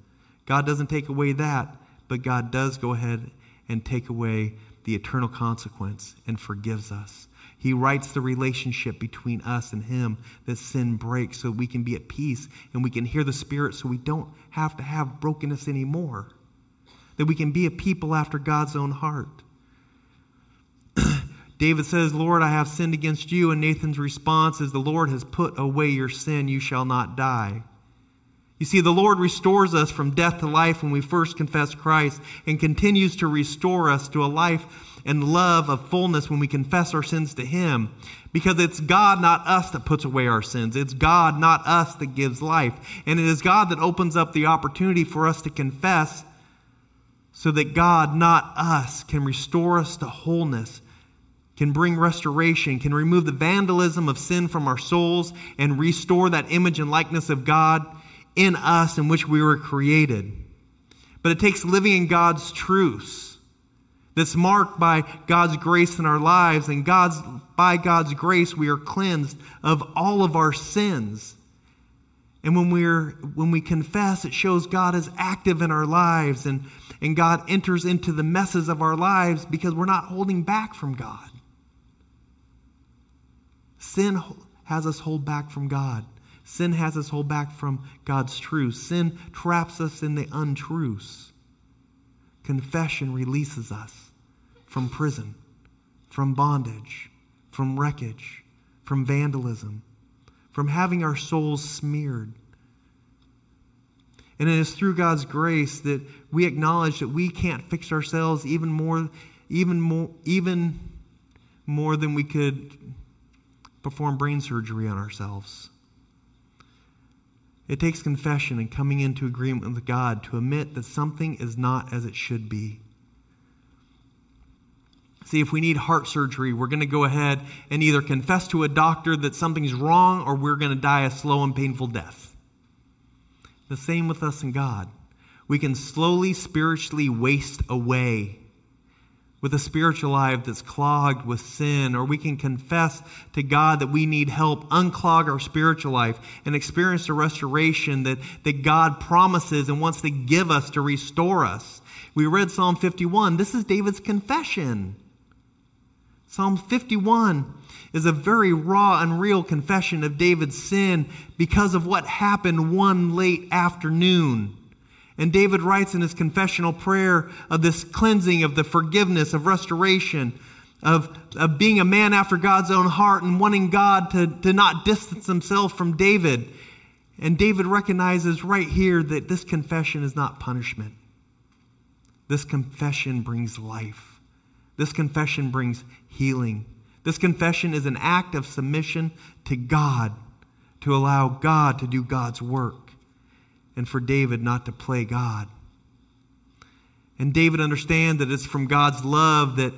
Speaker 7: God doesn't take away that, but God does go ahead and take away the eternal consequence and forgives us. He writes the relationship between us and Him that sin breaks so we can be at peace and we can hear the Spirit so we don't have to have brokenness anymore. That we can be a people after God's own heart. David says, Lord, I have sinned against you. And Nathan's response is, The Lord has put away your sin. You shall not die. You see, the Lord restores us from death to life when we first confess Christ and continues to restore us to a life and love of fullness when we confess our sins to Him. Because it's God, not us, that puts away our sins. It's God, not us, that gives life. And it is God that opens up the opportunity for us to confess so that God, not us, can restore us to wholeness can bring restoration, can remove the vandalism of sin from our souls, and restore that image and likeness of God in us in which we were created. But it takes living in God's truths. that's marked by God's grace in our lives, and God's, by God's grace, we are cleansed of all of our sins. And when, we're, when we confess, it shows God is active in our lives, and, and God enters into the messes of our lives because we're not holding back from God. Sin has us hold back from God. Sin has us hold back from God's truth. Sin traps us in the untruths. Confession releases us from prison, from bondage, from wreckage, from vandalism, from having our souls smeared. And it is through God's grace that we acknowledge that we can't fix ourselves even more, even more, even more than we could perform brain surgery on ourselves. It takes confession and coming into agreement with God to admit that something is not as it should be. See, if we need heart surgery, we're going to go ahead and either confess to a doctor that something's wrong or we're going to die a slow and painful death. The same with us and God. We can slowly spiritually waste away with a spiritual life that's clogged with sin, or we can confess to God that we need help unclog our spiritual life and experience the restoration that, that God promises and wants to give us to restore us. We read Psalm 51. This is David's confession. Psalm 51 is a very raw and real confession of David's sin because of what happened one late afternoon. And David writes in his confessional prayer of this cleansing, of the forgiveness, of restoration, of, of being a man after God's own heart and wanting God to, to not distance himself from David. And David recognizes right here that this confession is not punishment. This confession brings life. This confession brings healing. This confession is an act of submission to God, to allow God to do God's work and for David not to play God. And David understands that it's from God's love that,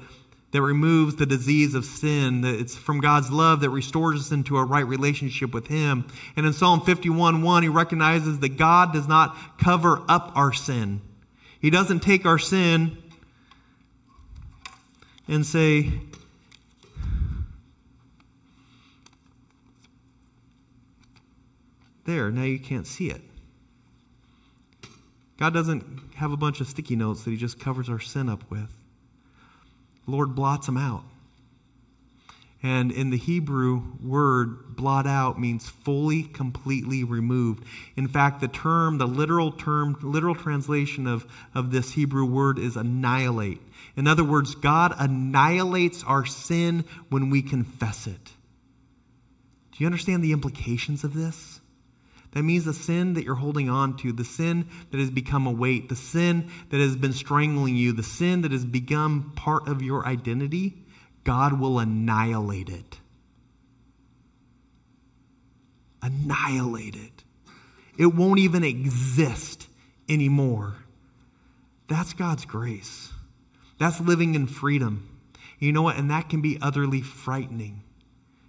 Speaker 7: that removes the disease of sin, that it's from God's love that restores us into a right relationship with Him. And in Psalm 51 1, he recognizes that God does not cover up our sin, He doesn't take our sin and say, There, now you can't see it. God doesn't have a bunch of sticky notes that He just covers our sin up with. The Lord blots them out. And in the Hebrew word, blot out means fully, completely removed. In fact, the term, the literal term, literal translation of, of this Hebrew word is annihilate. In other words, God annihilates our sin when we confess it. Do you understand the implications of this? That means the sin that you're holding on to, the sin that has become a weight, the sin that has been strangling you, the sin that has become part of your identity, God will annihilate it. Annihilate it. It won't even exist anymore. That's God's grace. That's living in freedom. You know what? And that can be utterly frightening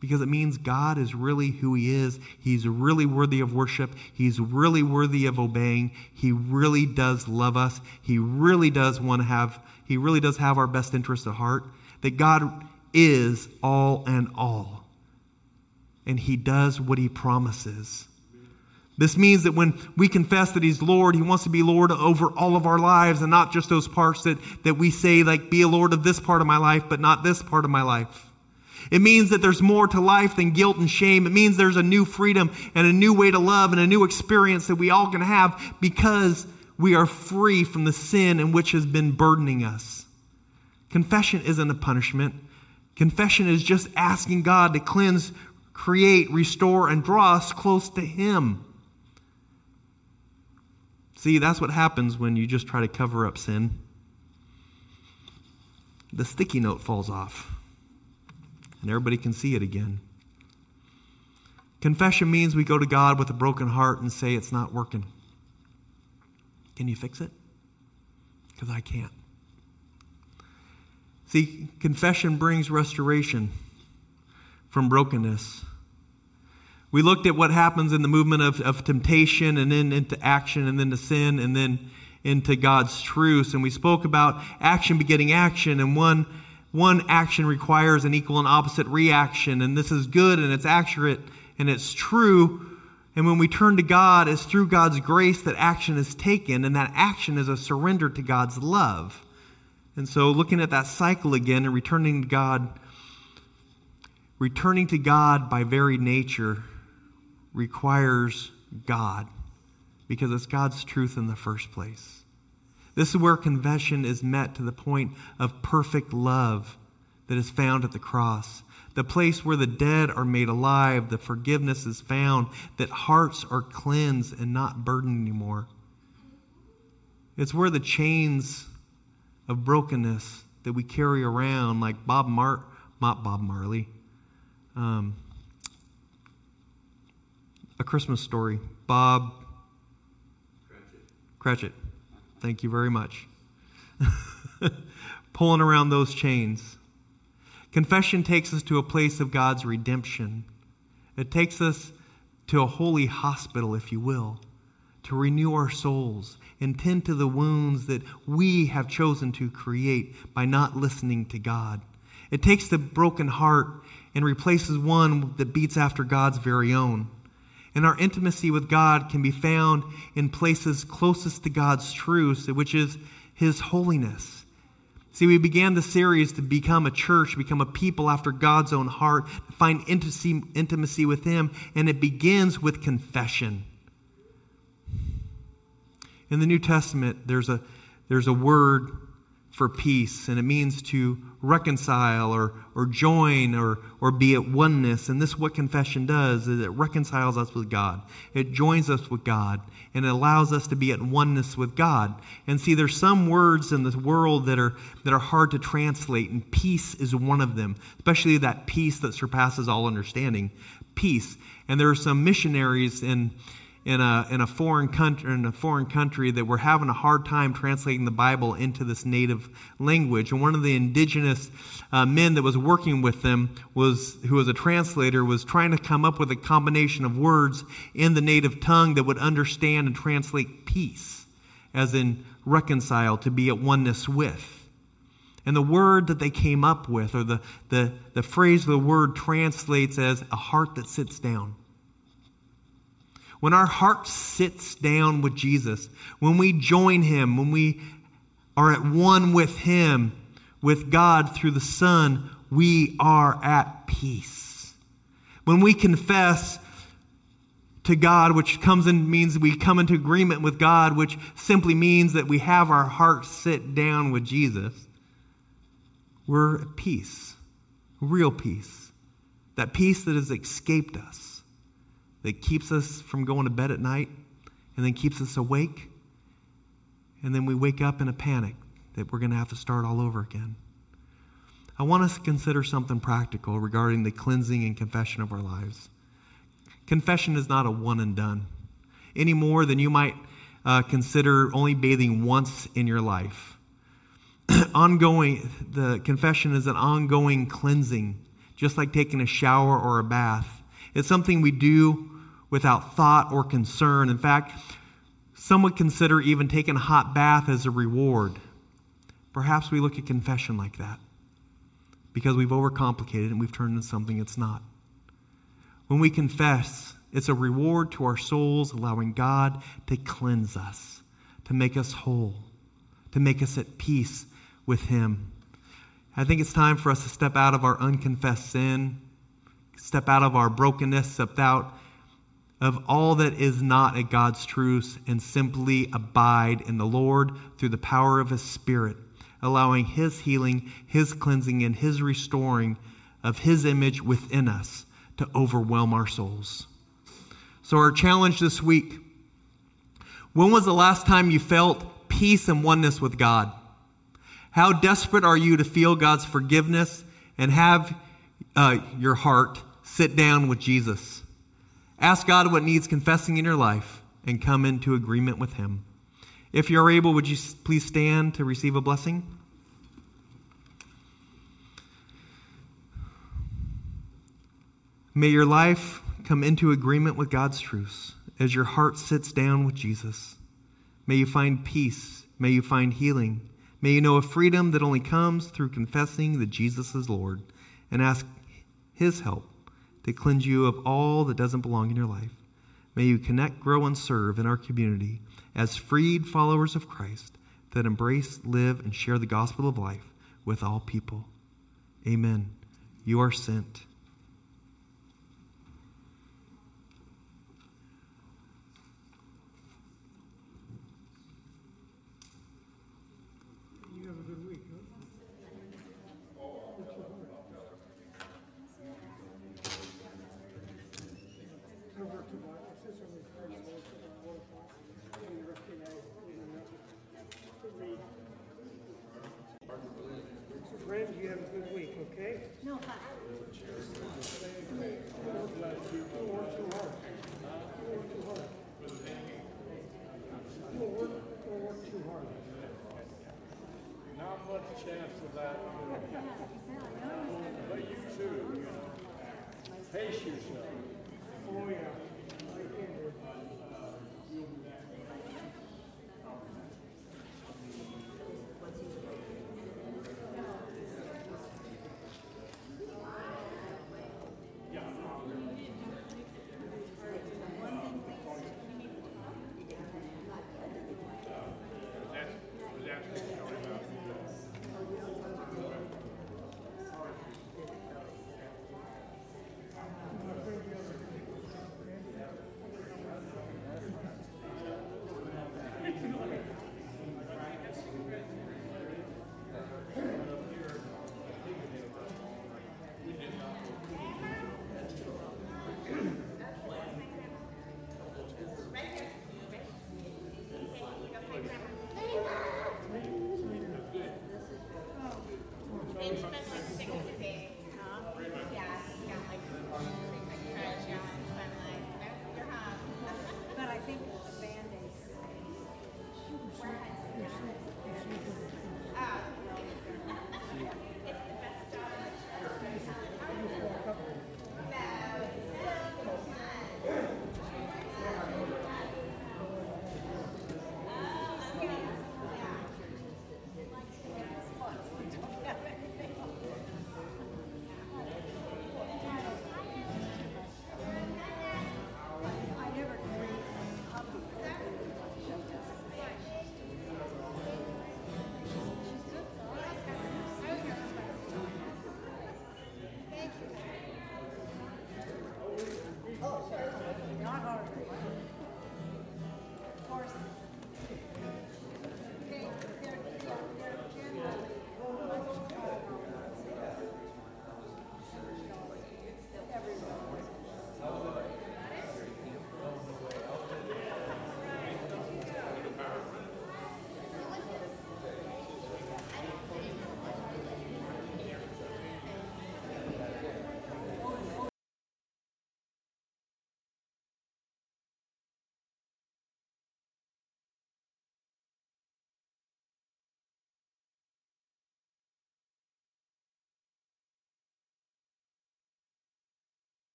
Speaker 7: because it means God is really who He is. He's really worthy of worship. He's really worthy of obeying. He really does love us. He really does want to have, He really does have our best interest at heart. That God is all and all. And He does what He promises. This means that when we confess that He's Lord, He wants to be Lord over all of our lives and not just those parts that, that we say, like, be a Lord of this part of my life, but not this part of my life. It means that there's more to life than guilt and shame. It means there's a new freedom and a new way to love and a new experience that we all can have because we are free from the sin in which has been burdening us. Confession isn't a punishment. Confession is just asking God to cleanse, create, restore, and draw us close to Him. See, that's what happens when you just try to cover up sin. The sticky note falls off and everybody can see it again. Confession means we go to God with a broken heart and say, It's not working. Can you fix it? Because I can't. See, confession brings restoration from brokenness. We looked at what happens in the movement of, of temptation and then into action and then to sin and then into God's truth. And we spoke about action begetting action, and one, one action requires an equal and opposite reaction. And this is good, and it's accurate, and it's true. And when we turn to God, it's through God's grace that action is taken, and that action is a surrender to God's love. And so, looking at that cycle again and returning to God, returning to God by very nature requires God because it's God's truth in the first place. This is where confession is met to the point of perfect love that is found at the cross, the place where the dead are made alive, the forgiveness is found, that hearts are cleansed and not burdened anymore. It's where the chains of brokenness that we carry around, like Bob Mar, not Bob Marley, um, a Christmas story. Bob Cratchit. Thank you very much. Pulling around those chains. Confession takes us to a place of God's redemption. It takes us to a holy hospital, if you will, to renew our souls and tend to the wounds that we have chosen to create by not listening to God. It takes the broken heart and replaces one that beats after God's very own. And our intimacy with God can be found in places closest to God's truth, which is His holiness. See, we began the series to become a church, become a people after God's own heart, to find intimacy, intimacy with Him, and it begins with confession. In the New Testament, there's a, there's a word for peace, and it means to reconcile or, or join or, or be at oneness. And this is what confession does is it reconciles us with God. It joins us with God and it allows us to be at oneness with God. And see, there's some words in this world that are that are hard to translate, and peace is one of them, especially that peace that surpasses all understanding. Peace. And there are some missionaries in in a, in a foreign country in a foreign country that were having a hard time translating the Bible into this native language. And one of the indigenous uh, men that was working with them was who was a translator was trying to come up with a combination of words in the native tongue that would understand and translate peace, as in reconcile, to be at oneness with. And the word that they came up with, or the, the, the phrase of the word translates as a heart that sits down when our heart sits down with Jesus, when we join Him, when we are at one with Him, with God through the Son, we are at peace. When we confess to God, which comes and means we come into agreement with God, which simply means that we have our heart sit down with Jesus, we're at peace, real peace, that peace that has escaped us that keeps us from going to bed at night and then keeps us awake. And then we wake up in a panic that we're going to have to start all over again. I want us to consider something practical regarding the cleansing and confession of our lives. Confession is not a one and done, any more than you might uh, consider only bathing once in your life. ongoing, the confession is an ongoing cleansing, just like taking a shower or a bath. It's something we do without thought or concern. In fact, some would consider even taking a hot bath as a reward. Perhaps we look at confession like that because we've overcomplicated it and we've turned into something it's not. When we confess, it's a reward to our souls, allowing God to cleanse us, to make us whole, to make us at peace with Him. I think it's time for us to step out of our unconfessed sin, step out of our brokenness, step out of all that is not at God's truth, and simply abide in the Lord through the power of His Spirit, allowing His healing, His cleansing, and His restoring of His image within us to overwhelm our souls. So, our challenge this week when was the last time you felt peace and oneness with God? How desperate are you to feel God's forgiveness and have uh, your heart, sit down with Jesus. Ask God what needs confessing in your life and come into agreement with Him. If you're able, would you please stand to receive a blessing? May your life come into agreement with God's truths as your heart sits down with Jesus. May you find peace. May you find healing. May you know a freedom that only comes through confessing that Jesus is Lord and ask His help to cleanse you of all that doesn't belong in your life. May you connect, grow, and serve in our community as freed followers of Christ that embrace, live, and share the gospel of life with all people. Amen. You are sent.
Speaker 6: You have a good week, huh? What's your heart? I work the Bible, it says I'm required to work the Bible, and recognize, you know, to read. So friends, you have a good week, okay? No, five. Don't work too hard. Don't work too hard. Don't work, don't work too hard.
Speaker 3: Not much chance of that. But you too, you know. Pace yourself.